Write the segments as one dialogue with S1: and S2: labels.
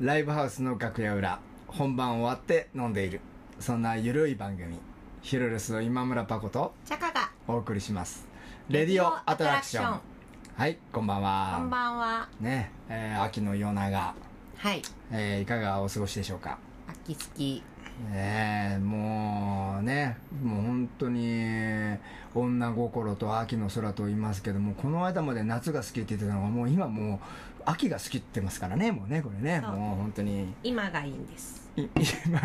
S1: ライブハウスの楽屋裏本番終わって飲んでいるそんなゆるい番組ヒルルスの今村パコと
S2: チャカが
S1: お送りしますレディオアトラクションはいこんばんは
S2: こんばんは
S1: ねえー秋の夜長、
S2: はい
S1: えーいかがお過ごしでしょうか
S2: 秋好き
S1: ねえもうねもう本当に女心と秋の空と言いますけどもこの間まで夏が好きって言ってたのがもう今もう秋が好きって言ってますからねもうねこれね
S2: そう
S1: もう本当に
S2: 今がいいんです
S1: い今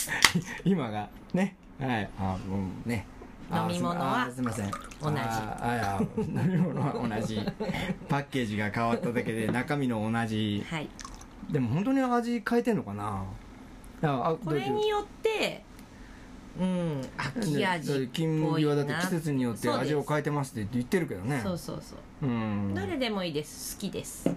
S1: 今がねはいあうんねあ
S2: 飲み物は
S1: すいません
S2: 同じ
S1: ああいや飲み物は 同じパッケージが変わっただけで中身の同じ
S2: はい
S1: でも本当に味変えてんのかないやあ
S2: これによってうん秋味っ
S1: 金
S2: ぽい
S1: 麦はだって
S2: な
S1: 季節によって味を変えてますって言ってるけどね
S2: そうそうそ
S1: う
S2: う
S1: んね
S2: 誰でもいいです好きです、うん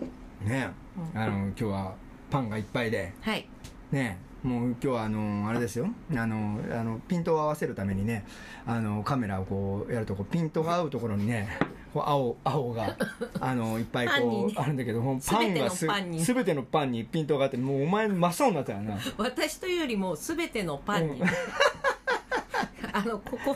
S1: あの今日はパンがいっぱいで
S2: はい
S1: ねもう今日はあのあれですよあのあのピントを合わせるためにねあのカメラをこうやるとこうピントが合うところにねこう青青があのいっぱい
S2: パンに
S1: こ
S2: ね
S1: うあるんだけどもうパンがす
S2: 全てのパンに
S1: 全てのパンにピントがあってもうお前真っ青になったよな
S2: 私というよりも全てのパンに、
S1: うん
S2: あのこここ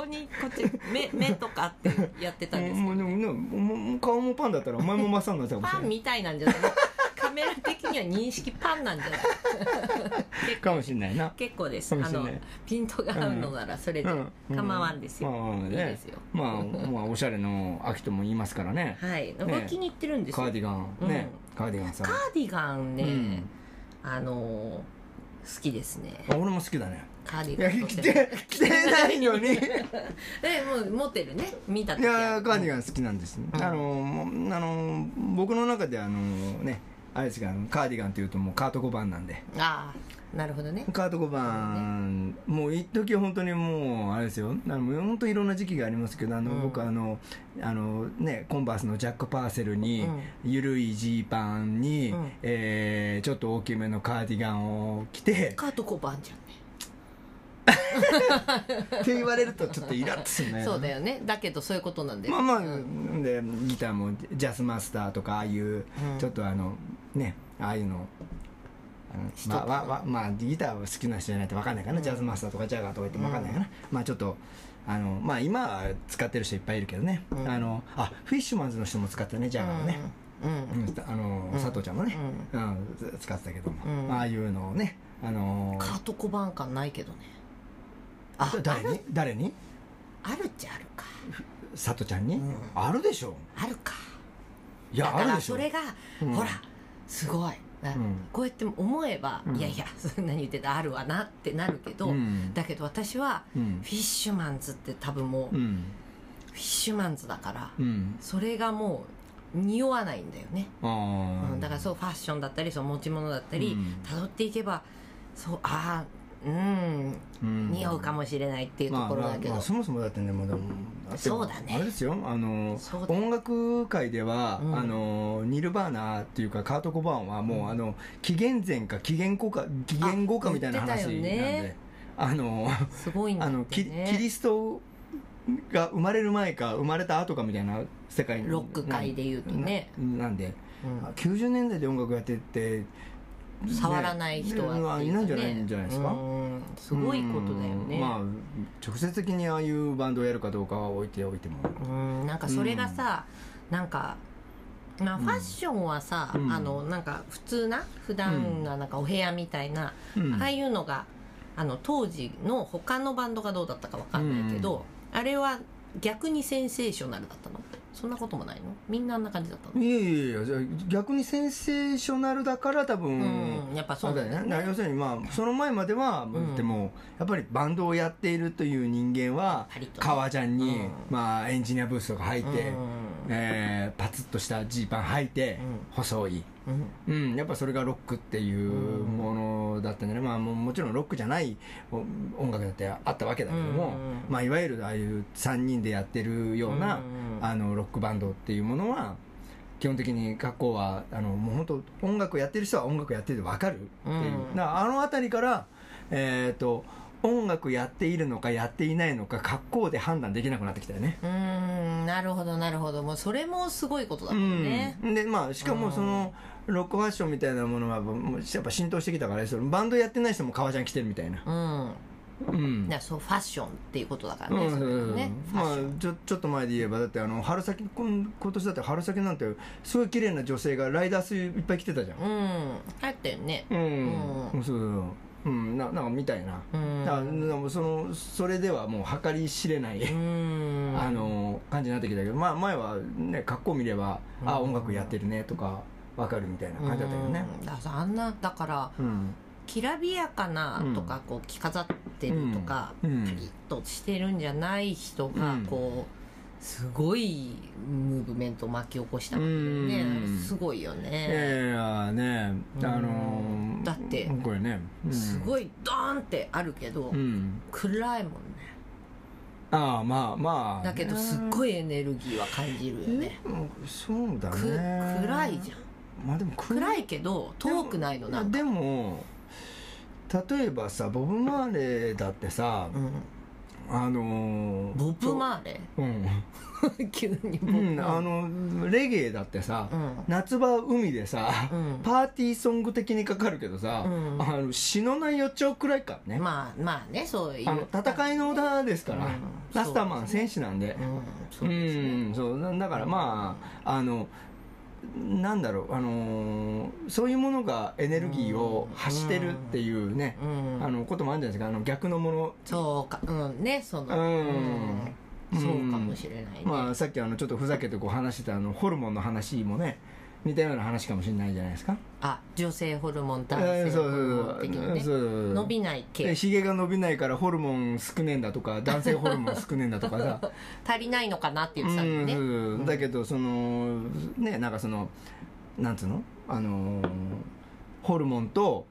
S2: こにこっち目目とかってやってたんですけど
S1: もうでもねもうもう顔もパンだったらお前も真っ青になってたかもしれ
S2: パ
S1: な
S2: ン
S1: い
S2: みたいなんじゃないカメラ的には認識パンなんじゃない
S1: かもしれないな
S2: 結構です
S1: か
S2: あ
S1: もしれ
S2: の
S1: ない
S2: ピントが合うのならそれで
S1: うん
S2: 構わんです
S1: ま
S2: よ、
S1: あまあまあ
S2: いいで
S1: ね
S2: すよ
S1: まあまあおしゃれの秋とも言いますからね
S2: はい浮気に行ってるんです
S1: カ
S2: よ、
S1: ーディガンねカーディガンさ
S2: カーディガンね、
S1: うん
S2: あのー好きですね
S1: あ俺も好きだね
S2: カーディ
S1: い
S2: ガ
S1: や
S2: ン
S1: 着て着てないの にい
S2: えもう持ってるね見た時
S1: やカーディ
S2: ン
S1: ガン好きなんです
S2: うん
S1: あのもうあの僕の中であのねあれですがカーディガンというともうカート5番なんで
S2: ああなるほどね
S1: カート5番、もう一時本当にもうあれですよあの本当いろんな時期がありますけどあの、
S2: うん
S1: 僕あのあのねコンバースのジャック・パーセルに、
S2: うん
S1: ゆるいジーパンに、
S2: うん
S1: えーちょっと大きめのカーディガンを着て
S2: カート5番じゃんね
S1: って言われるとちょっとイラッとするね
S2: そうだよねだけどそういうことなんで
S1: まあまあ、
S2: うん
S1: でギターもジャスマスターとかああいう、ちょっとあのねああいうのあの
S2: 人
S1: まあわわまあギターは好きな人じゃないと分かんないかな、
S2: うん
S1: ジャズマスターとかジャガーとか言っても分かんないかな、まあちょっとあのまあ今は使ってる人いっぱいいるけどね、
S2: うん
S1: あのあフィッシュマンズの人も使ったねジャガーはね、
S2: うんうん
S1: うんあの
S2: うん
S1: 佐藤ちゃんもね、
S2: うん
S1: うん使ってたけども、
S2: うん
S1: ああいうのをねあの
S2: カート小判感ないけどねあ
S1: 誰
S2: あ
S1: に
S2: る
S1: 誰に
S2: あるっちゃあるか
S1: 佐藤ちゃんに、
S2: うん
S1: あるでしょ
S2: あるか
S1: い
S2: だ
S1: や
S2: か
S1: ある
S2: ら
S1: でしょ
S2: それが、
S1: うん
S2: ほらすごい、な
S1: うん
S2: こうやって思えば、
S1: うん
S2: いやいやそんなに言ってたあるわなってなるけど、
S1: うん
S2: だけど私は
S1: うん
S2: フィッシュマンズって多分もう、
S1: う
S2: フ
S1: ん
S2: ィッシュマンズだから、
S1: うん
S2: それがもう匂わないんだよね、
S1: あ
S2: うんだからそうファッションだったりその持ち物だったり
S1: うん
S2: 辿っていけばそうああうん
S1: うん
S2: 匂うかもしれないっていうところ
S1: ま
S2: だけ
S1: あまあ
S2: ど、
S1: まあそもそもだってねもうでもって
S2: そうだね
S1: あれですよあの
S2: そうだ
S1: 音楽界では、
S2: うん
S1: あのニルバーナっていうかカート・コバーンはもう、あの紀元前か紀元後か紀元後かみたいな話なん
S2: 言ってたよ
S1: で
S2: ね
S1: あの
S2: すごいんだ
S1: あ
S2: って、
S1: の
S2: ね、
S1: キキリストが生まれる前か生まれた後かみたいな世界
S2: ロック界で言うとね
S1: ななんで
S2: うん
S1: 90年代で音楽やってって、
S2: 触らない人
S1: ね
S2: はって
S1: い
S2: いう
S1: ないんじ
S2: かね
S1: ゃないんじゃないですか、
S2: うんすごいことだよね
S1: うんまあ直接的にああいうバンドをやるかどうかは置いておいても
S2: うんなんかそれがさ、なんかまあ
S1: うん
S2: ファッションはさ、
S1: うん
S2: あのなんか普通な普段ななんかお部屋みたいな、
S1: うん
S2: ああいうのがあの当時の他のバンドがどうだったかわかんないけど、あれは逆にセンセーショナルだったのそんなこともないのみんなあんな感じだったの
S1: いやいやいや逆にセンセーショナルだから多分、
S2: うん、やっぱそうだよね
S1: だから要するにまあその前までは、
S2: ん
S1: でもやっぱりバンドをやっているという人間は
S2: パリッとね
S1: 革ジャンに、
S2: うん
S1: まあ、エンジニアブースとか履いて、
S2: うん
S1: えーパツッとしたジーパン履いて、
S2: う
S1: 細い、
S2: うん
S1: うん、やっぱそれがロックっていうものだったんだね、まあ、もうもちろんロックじゃないお音楽だってあったわけだけども、
S2: うん
S1: まあ、いわゆるああいう3人でやってるような、
S2: うん
S1: あのロックバンドっていうものは基本的に過去はあのもう本当音楽やってる人は音楽やってて分かるっていう、
S2: うん
S1: だからあの辺りから、えー、と音楽やっているのかやっていないのか格好で判断できなくなってきたよね。
S2: うーんなるほどなるほどもうそれもすごいことだもんね、
S1: うん、でまあしかもその、ロックファッションみたいなものはもうやっぱ浸透してきたからねそのバンドやってない人も革ジャン着てるみたいな
S2: うん
S1: うん
S2: だからそうファッションっていうことだから
S1: う
S2: ね,、
S1: ん
S2: それはねファ
S1: ま
S2: ッ
S1: あ
S2: ション、
S1: ちょちょっと前で言えばだってあの春先今今年だって春先なんてすごい綺麗な女性がライダースいっぱい着てたじゃん
S2: うんだったよね
S1: うん、
S2: う
S1: そうそうそううんななんかみたいな、
S2: うん
S1: だからでもそのそれではもう計り知れない、
S2: うん
S1: あの感じになってきたけど、まあ、前はね格好見れば、あ音楽やってるねとかわかるみたいな感じだったよね
S2: うんだからあんなだから
S1: うん
S2: きらびやかなとか、こう着飾ってるとか、
S1: うん
S2: パリッとしてるんじゃない人が
S1: うん
S2: こうすごいムーブメントを巻き起こしたわけだよね、
S1: うん
S2: すごいよ
S1: いや
S2: ね、
S1: いやねあの
S2: うんだって
S1: これね、うん
S2: すごいドーンってあるけど、
S1: うん
S2: 暗いもんね
S1: ああまあまあ
S2: だけどすっ
S1: い
S2: ごいエネルギーは感じるよね、
S1: そうだね
S2: く暗いじゃん
S1: まあでも暗い
S2: 暗いけど遠くないのなんか
S1: でも例えばさボブ・マーレーだってさ
S2: うん、
S1: あのー
S2: ボブ・マーレ
S1: うん、
S2: ー急にボ
S1: う
S2: ブ・マーレ
S1: ん、
S2: ー
S1: あのレゲエだってさ、
S2: うん
S1: 夏場海でさ、
S2: うん
S1: パーティーソング的にかかるけどさ、
S2: うん
S1: あの死のない予兆くらいからね、
S2: まあまあねそういう
S1: あの戦いの歌ですから、
S2: うん
S1: ラスターマン戦士なんで
S2: う、んそううですね
S1: んそうなだからまああのなんだろう、あのーそういうものがエネルギーを発してるっていうね、
S2: うん
S1: あのこともあるんじゃないですかあの逆のもの、
S2: そうかうんねその
S1: うん
S2: うんそうかもしれないね、
S1: まあ、さっきあのちょっとふざけてこう話してたあのホルモンの話もね似たような話かもしれないじゃないですか
S2: あ、女性ホルモン男
S1: えー
S2: 性
S1: そ
S2: ホ
S1: う
S2: ルモン的
S1: そう
S2: な
S1: そう
S2: ね
S1: そう
S2: 伸びない
S1: え
S2: 系
S1: ひげが伸びないからホルモン少ねえんだとか男性ホルモン少ねえんだとかさ
S2: 足りないのかなって言
S1: う
S2: ってたん
S1: ん
S2: だ
S1: そ
S2: よね
S1: うそうだけどそのねなんかそのなんつうのあのーホルモンと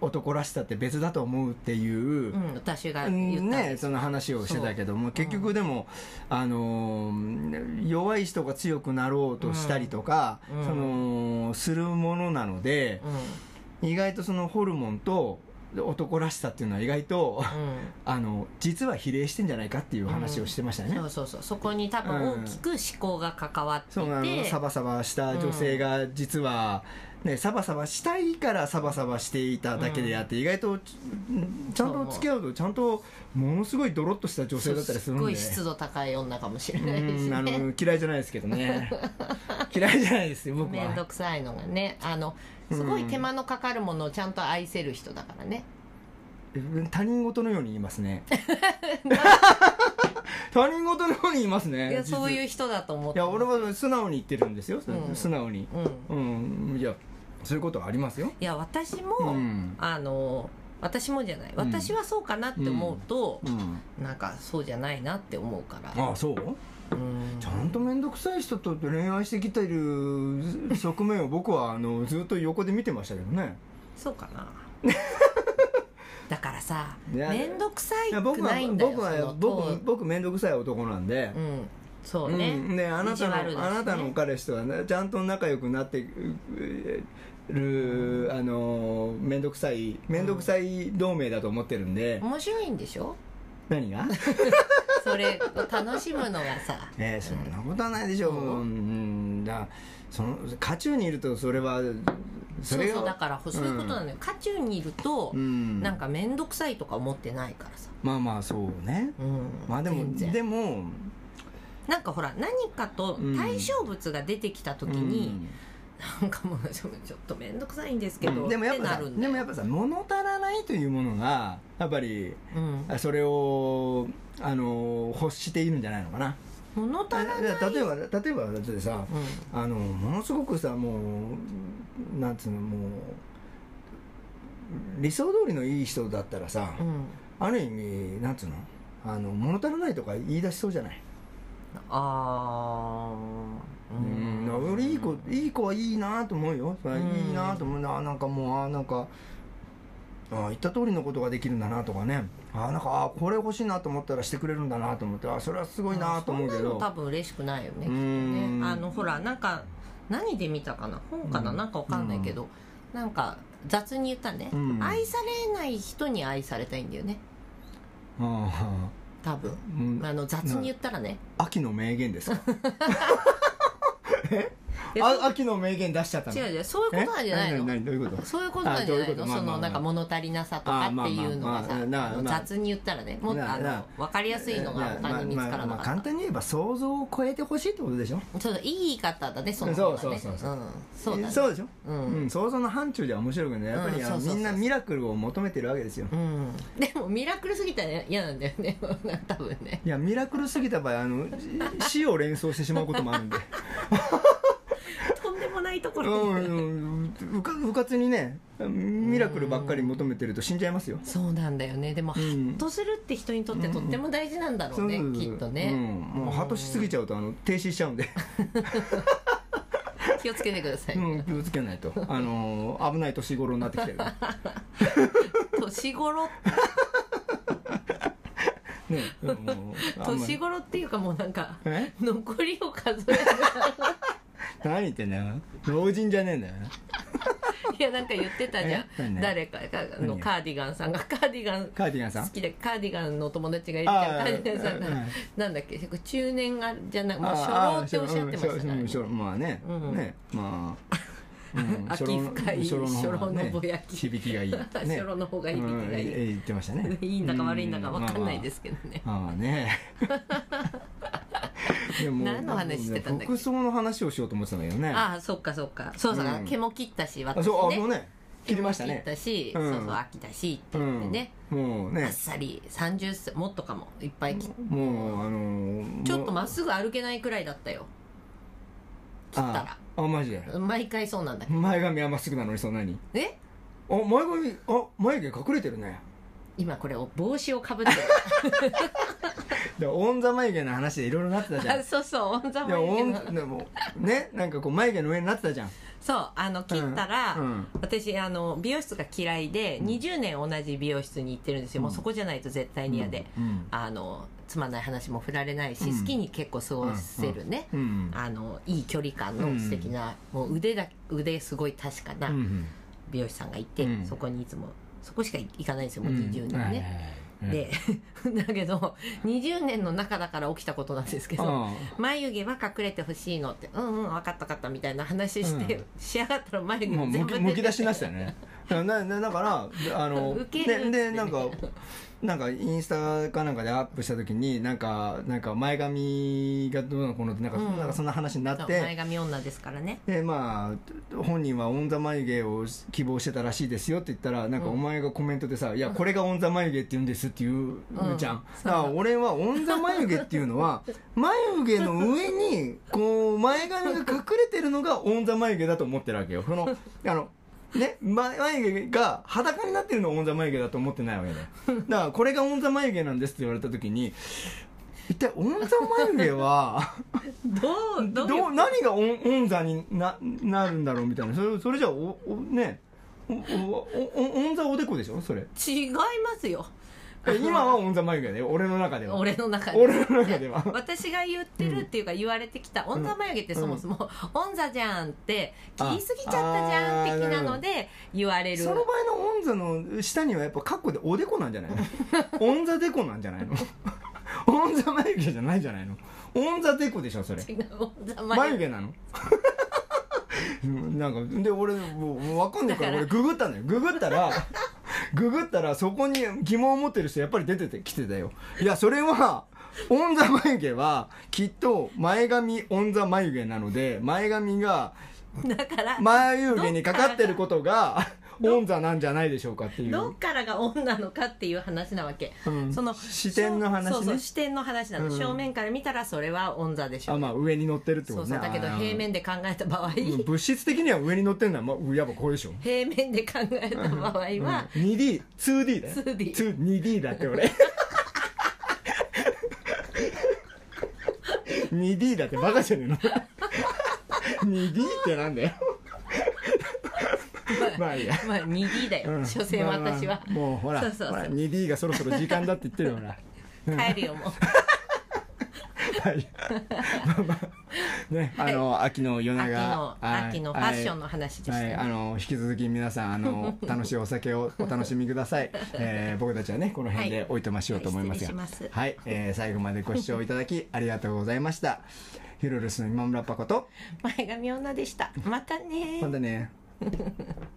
S1: 男らしさって別だと思うっていう、
S2: うん、うん、私が
S1: う
S2: 言った
S1: ん
S2: ん
S1: ね、
S2: です
S1: その話をしてたけども結局でも、あのー弱い人が強くなろうとしたりとか、
S2: うん
S1: そのするものなので、意外とそのホルモンと男らしさっていうのは意外と、
S2: うん、うん
S1: あの実は比例してんじゃないかっていう話をしてましたね。
S2: そうそうそうそこに多分大きく思考が関わってい
S1: そうなの
S2: て
S1: サバサバした女性が実は、ね、サバサバしたいからサバサバしていただけであって、意外とちちゃんと付き合うとちゃんとものすごいドロッとした女性だったりす
S2: す
S1: るんで
S2: ごい湿度高い女かもしれないです
S1: うんあ
S2: ね
S1: の嫌いじゃないですけど ね嫌いじゃないですよ僕
S2: 面倒
S1: は
S2: くさいのがねあのすごい手間のかかるものをちゃんと愛せる人だからね、
S1: 他人事のように言います ね他人事のように言いますね
S2: いやそう
S1: う
S2: いう人だと思っ
S1: い
S2: て
S1: や俺は素直に言ってるんですよ、
S2: うん
S1: 素直に
S2: うん、
S1: うんいやそういうことはありますよ
S2: いや私も、
S1: うん
S2: あの私もじゃない
S1: ん
S2: 私はそうかなって思うと、
S1: うん
S2: なんかそうじゃないなって思うから、
S1: ああそう
S2: うん
S1: ちゃんと面倒くさい人と恋愛してきてる側面を僕はあのずっと横で見てましたけどね
S2: そうか なだからさ
S1: いや
S2: 面倒くさ
S1: いや
S2: い
S1: 僕
S2: く
S1: は
S2: ないんだよ
S1: 僕は
S2: その
S1: 僕僕面倒くさい男なんで、
S2: うんそうね,、
S1: うん、ねあなた
S2: 意地
S1: の
S2: 悪だしね
S1: あなたの彼氏とは、ね、ちゃんと仲良くなってううる、あの面倒くさい面倒くさい同盟だと思ってるんで、
S2: 面白いんでしょ
S1: 何が
S2: それを楽しむの がさ
S1: えーそんなことはないでしょう、
S2: うん
S1: うんだその渦中にいるとそれはそ
S2: そう
S1: れが
S2: そうだからそういうことなのよ、渦中にいると、
S1: うん
S2: なんか面倒くさいとか思ってないからさ、
S1: まあまあそうね
S2: うん、
S1: まあでも
S2: 全然
S1: でも
S2: なんかほら何かと対象物が出てきた時に、なんかもうちょっと面倒くさいんですけ
S1: う
S2: ど、
S1: んでもやっぱ
S2: てな
S1: さ
S2: るんだ
S1: で
S2: よ
S1: もやっぱさ物足らないというものがやっぱり
S2: うん、
S1: あそれをあの欲しているんじゃないのかな
S2: 物足らない、
S1: 例えば例えばだってさ
S2: うん
S1: あのものすごくさもうなんつうのもう理想通りのいい人だったらさ、
S2: うん、
S1: ある意味なんつうのあの物足らないとか言い出しそうじゃない、
S2: あー
S1: うん俺いい子いい子はいいなと思うよ、
S2: ん
S1: いいなと思うななんかもうあなんかあ言った通りのことができるんだなとかねあなんかあこれ欲しいなと思ったらしてくれるんだなと思ってあそれはすごいなと思うけ
S2: そんなの
S1: ど
S2: 多分嬉しくないよねきっと
S1: う
S2: ね
S1: ん
S2: あのほらなんか何で見たかな本かな、
S1: うん
S2: なんかわかんないけど、なんか雑に言ったね、
S1: うん
S2: 愛されない人に愛されたいんだよね
S1: あ
S2: 多分
S1: ーうん
S2: あの雑に言ったらね、
S1: 秋の名言ですか
S2: で
S1: あ秋の名言出しちゃったの
S2: 違う違うそういうことなんじゃない
S1: え何
S2: の
S1: 何何どういうこと
S2: そういうことなんじゃな
S1: あどうい
S2: いう
S1: こ
S2: の
S1: とまあ
S2: そ
S1: まあ
S2: の
S1: ま
S2: な
S1: あ
S2: んか物足りなさとかっていうのが
S1: あまあまあまあ
S2: さ
S1: なな
S2: 雑に言ったらねもっと
S1: な
S2: あの
S1: な
S2: 分かりやすいのが他に見つからなか
S1: 簡
S2: った
S1: 単に言えば想像を超えてほしいってことでしょ
S2: そういい言い方だねその
S1: そう
S2: 方がね
S1: そうそうそ
S2: うんそうだね
S1: そうでしょ、
S2: う
S1: うんん想像の範疇では面白いけどねやっぱりあの、
S2: うんそうそうそう
S1: みんなミラクルを求めてるわけですよ、
S2: うんでもミラクルすぎたら嫌なんだよね 多分ね
S1: いやミラクルすぎた場合あのし死を連想してしまうこともあるん で
S2: とんでもないとこ
S1: う
S2: ろ
S1: ん
S2: に、
S1: うんうかうかつにねミラクルばっかり求めてると死んじゃいますよ
S2: そうなんだよねでも、
S1: ん
S2: ハッとするって人にとってとっても大事なんだろうね、
S1: そう
S2: きっとね、
S1: うん、もうハトしすぎちゃうとあの停止しちゃうんで、
S2: 気をつけてください、
S1: うん、気をつけないとあのー危ない年頃になってきてるね
S2: 年頃
S1: うんもうあんまり
S2: 年頃っていうかもうな んか
S1: え
S2: 残りを数える
S1: 何言ってんだよ老人じゃねえんだよ
S2: いやなんか言ってたじゃ
S1: え
S2: ん
S1: 何
S2: 誰かがあの
S1: 何
S2: カーディガンさんがカーディガン
S1: カーディガンさん
S2: 好きでカーディガンのお友達がいるじゃん
S1: あ
S2: カ
S1: ー
S2: ーディガンさんが
S1: うんうん
S2: なんだっけ中年がじゃなくもう初
S1: あ
S2: 老っておっしゃってましたから
S1: うん
S2: ね
S1: 初老まあね、
S2: うん
S1: ねまあ、うん
S2: 秋深い
S1: 方がね
S2: 初老のぼや き、
S1: 響きがいい、ね
S2: 初老の方がいい響きがいい
S1: うん言ってましたね、
S2: いいんだか悪いんだか分かんないですすけどね、
S1: まあまあ、ああ ねでも
S2: 何の話してたんだっけ
S1: 服装の話をしようと思ってたんだけどね
S2: ああそっかそっかそうそう、
S1: うん
S2: 毛も切ったし私
S1: あ
S2: ね
S1: そうあもうね切りました
S2: 毛も
S1: ね
S2: 切ったし、
S1: うん
S2: そうそう秋だしって
S1: う
S2: 言って
S1: ん
S2: ね、
S1: もう
S2: あ
S1: ね
S2: っさり30歳もっとかもいっぱい切っ
S1: もうあのー
S2: ちょっと
S1: もう
S2: まっすぐ歩けないくらいだったよ切ったら
S1: ああマジで
S2: 毎回そうなんだけど
S1: 前髪はまっすぐなのにそんなに
S2: え
S1: あ前髪あ眉毛隠れてるね
S2: 今これを帽子をかぶってる
S1: でオンザ眉毛の話でいろいろなってたじゃん
S2: あそうそうオンザ
S1: で
S2: 眉
S1: も
S2: 毛
S1: オン
S2: の
S1: でもねなんかこう眉毛の上になってたじゃん
S2: そうあの切ったら、
S1: うんうん
S2: 私あの美容室が嫌いで、20年同じ美容室に行ってるんですよ、もうそこじゃないと絶対に嫌で、
S1: うん
S2: あのつまんない話も振られないし、
S1: うん
S2: 好きに結構過ごせるね、
S1: うん
S2: あのいい距離感の素敵な、もう腕だ腕すごい確かな
S1: うん
S2: 美容師さんがいて、
S1: うん
S2: そこにいつもそこしか行かないんですよ
S1: う
S2: もうん20年ね、
S1: はいはいはい
S2: で だけど20年の中だから起きたことなんですけど
S1: あ
S2: 眉毛は隠れてほしいのってうんうん分かった分かったみたいな話して、
S1: うん
S2: 仕上がったら眉
S1: あ
S2: 毛
S1: もうむ
S2: 全部出
S1: き
S2: て
S1: むき出しましたよねだななだからであの
S2: ウケるっつって
S1: ででなんかなんかインスタかなんかでアップした時になんかなんか前髪がどうのこうのってなんか,、
S2: うん
S1: なんかそんな話にな
S2: そう
S1: って
S2: 前髪女ですからね
S1: でまあ本人はオン・ザ・眉毛を希望してたらしいですよって言ったらなんかお前がコメントでさ「いやこれがオン・ザ・眉毛って言うんです」って言うじゃん、だから俺はオン・ザ・眉毛っていうのは眉毛の上にこう前髪が隠れてるのがオン・ザ・眉毛だと思ってるわけよそ のあのね、ま眉毛が裸になってるのをオン・ザ・眉毛だと思ってないわけだよだからこれがオン・ザ・眉毛なんですって言われた時に一体オン・ザ・眉毛は
S2: どうどういう
S1: どう何がオンオンザにななるんだろうみたいなそれそれじゃあおおねおおおオンザおでこでしょそ れ
S2: 違いますよ
S1: え今はオンザ眉毛だよ俺の中では
S2: 俺の中で
S1: 俺の中では
S2: 私が言ってるっていうか言われてきた「オンザ眉毛」ってそもそも「オンザじゃん」って切りすぎちゃったじゃん的なので言われる
S1: その場合のオンザの下にはやっぱカッコでおでこなんじゃない のオンザデコなんじゃないの オンザ眉毛じゃないじゃないのオンザデコでしょそれ
S2: 違うオンザ
S1: 眉
S2: 眉毛
S1: 毛なの うんなんかで俺もうもう分かんないから俺
S2: だから
S1: ググったのよググったら ググったらそこに疑問を持ってる人やっぱり出ててきてたよいやそれはオンザ眉毛はきっと前髪オンザ眉毛なので前髪が
S2: だから
S1: 眉毛にかかってることがオンザなんじゃないでしょうかっていう
S2: どっからがオンなのかっていう話なわけ、
S1: うん
S2: その
S1: 視点の話ね
S2: そうそう視点の話なの、
S1: うん
S2: 正面から見たらそれはオンザでしょ
S1: あまあ上に乗ってるってこ
S2: そう
S1: とね
S2: そうだけど
S1: あー
S2: 平面で考えた場合、
S1: うん物質的には上に乗ってるのは、まあ、やっぱこれでしょ
S2: 平面で考えた場合は、
S1: 2D2D だよ
S2: 2D
S1: 2 2D だって俺 2D だってバカじゃねえの 2D ってなんだよまあいいや、
S2: まあ 2D だよ、
S1: うん
S2: 所詮私は、
S1: まあまあもうほら
S2: そうそうそう
S1: ほら 2D がそろそろ時間だって言ってるよほら
S2: 帰るよもう
S1: はいまあまあねあの、秋の夜
S2: 秋
S1: 長
S2: の秋のファッションの話でした
S1: は
S2: ね、
S1: い、あの引き続き皆さんあ の楽しいお酒をお楽しみください、えー僕たちはねこの辺
S2: は
S1: で
S2: い
S1: 置いてましようと思いますが
S2: はい失礼します
S1: はいえー最後までご視聴いただきありがとうございましたヒルルスの今村パコと
S2: 前髪女でしたまたね
S1: またね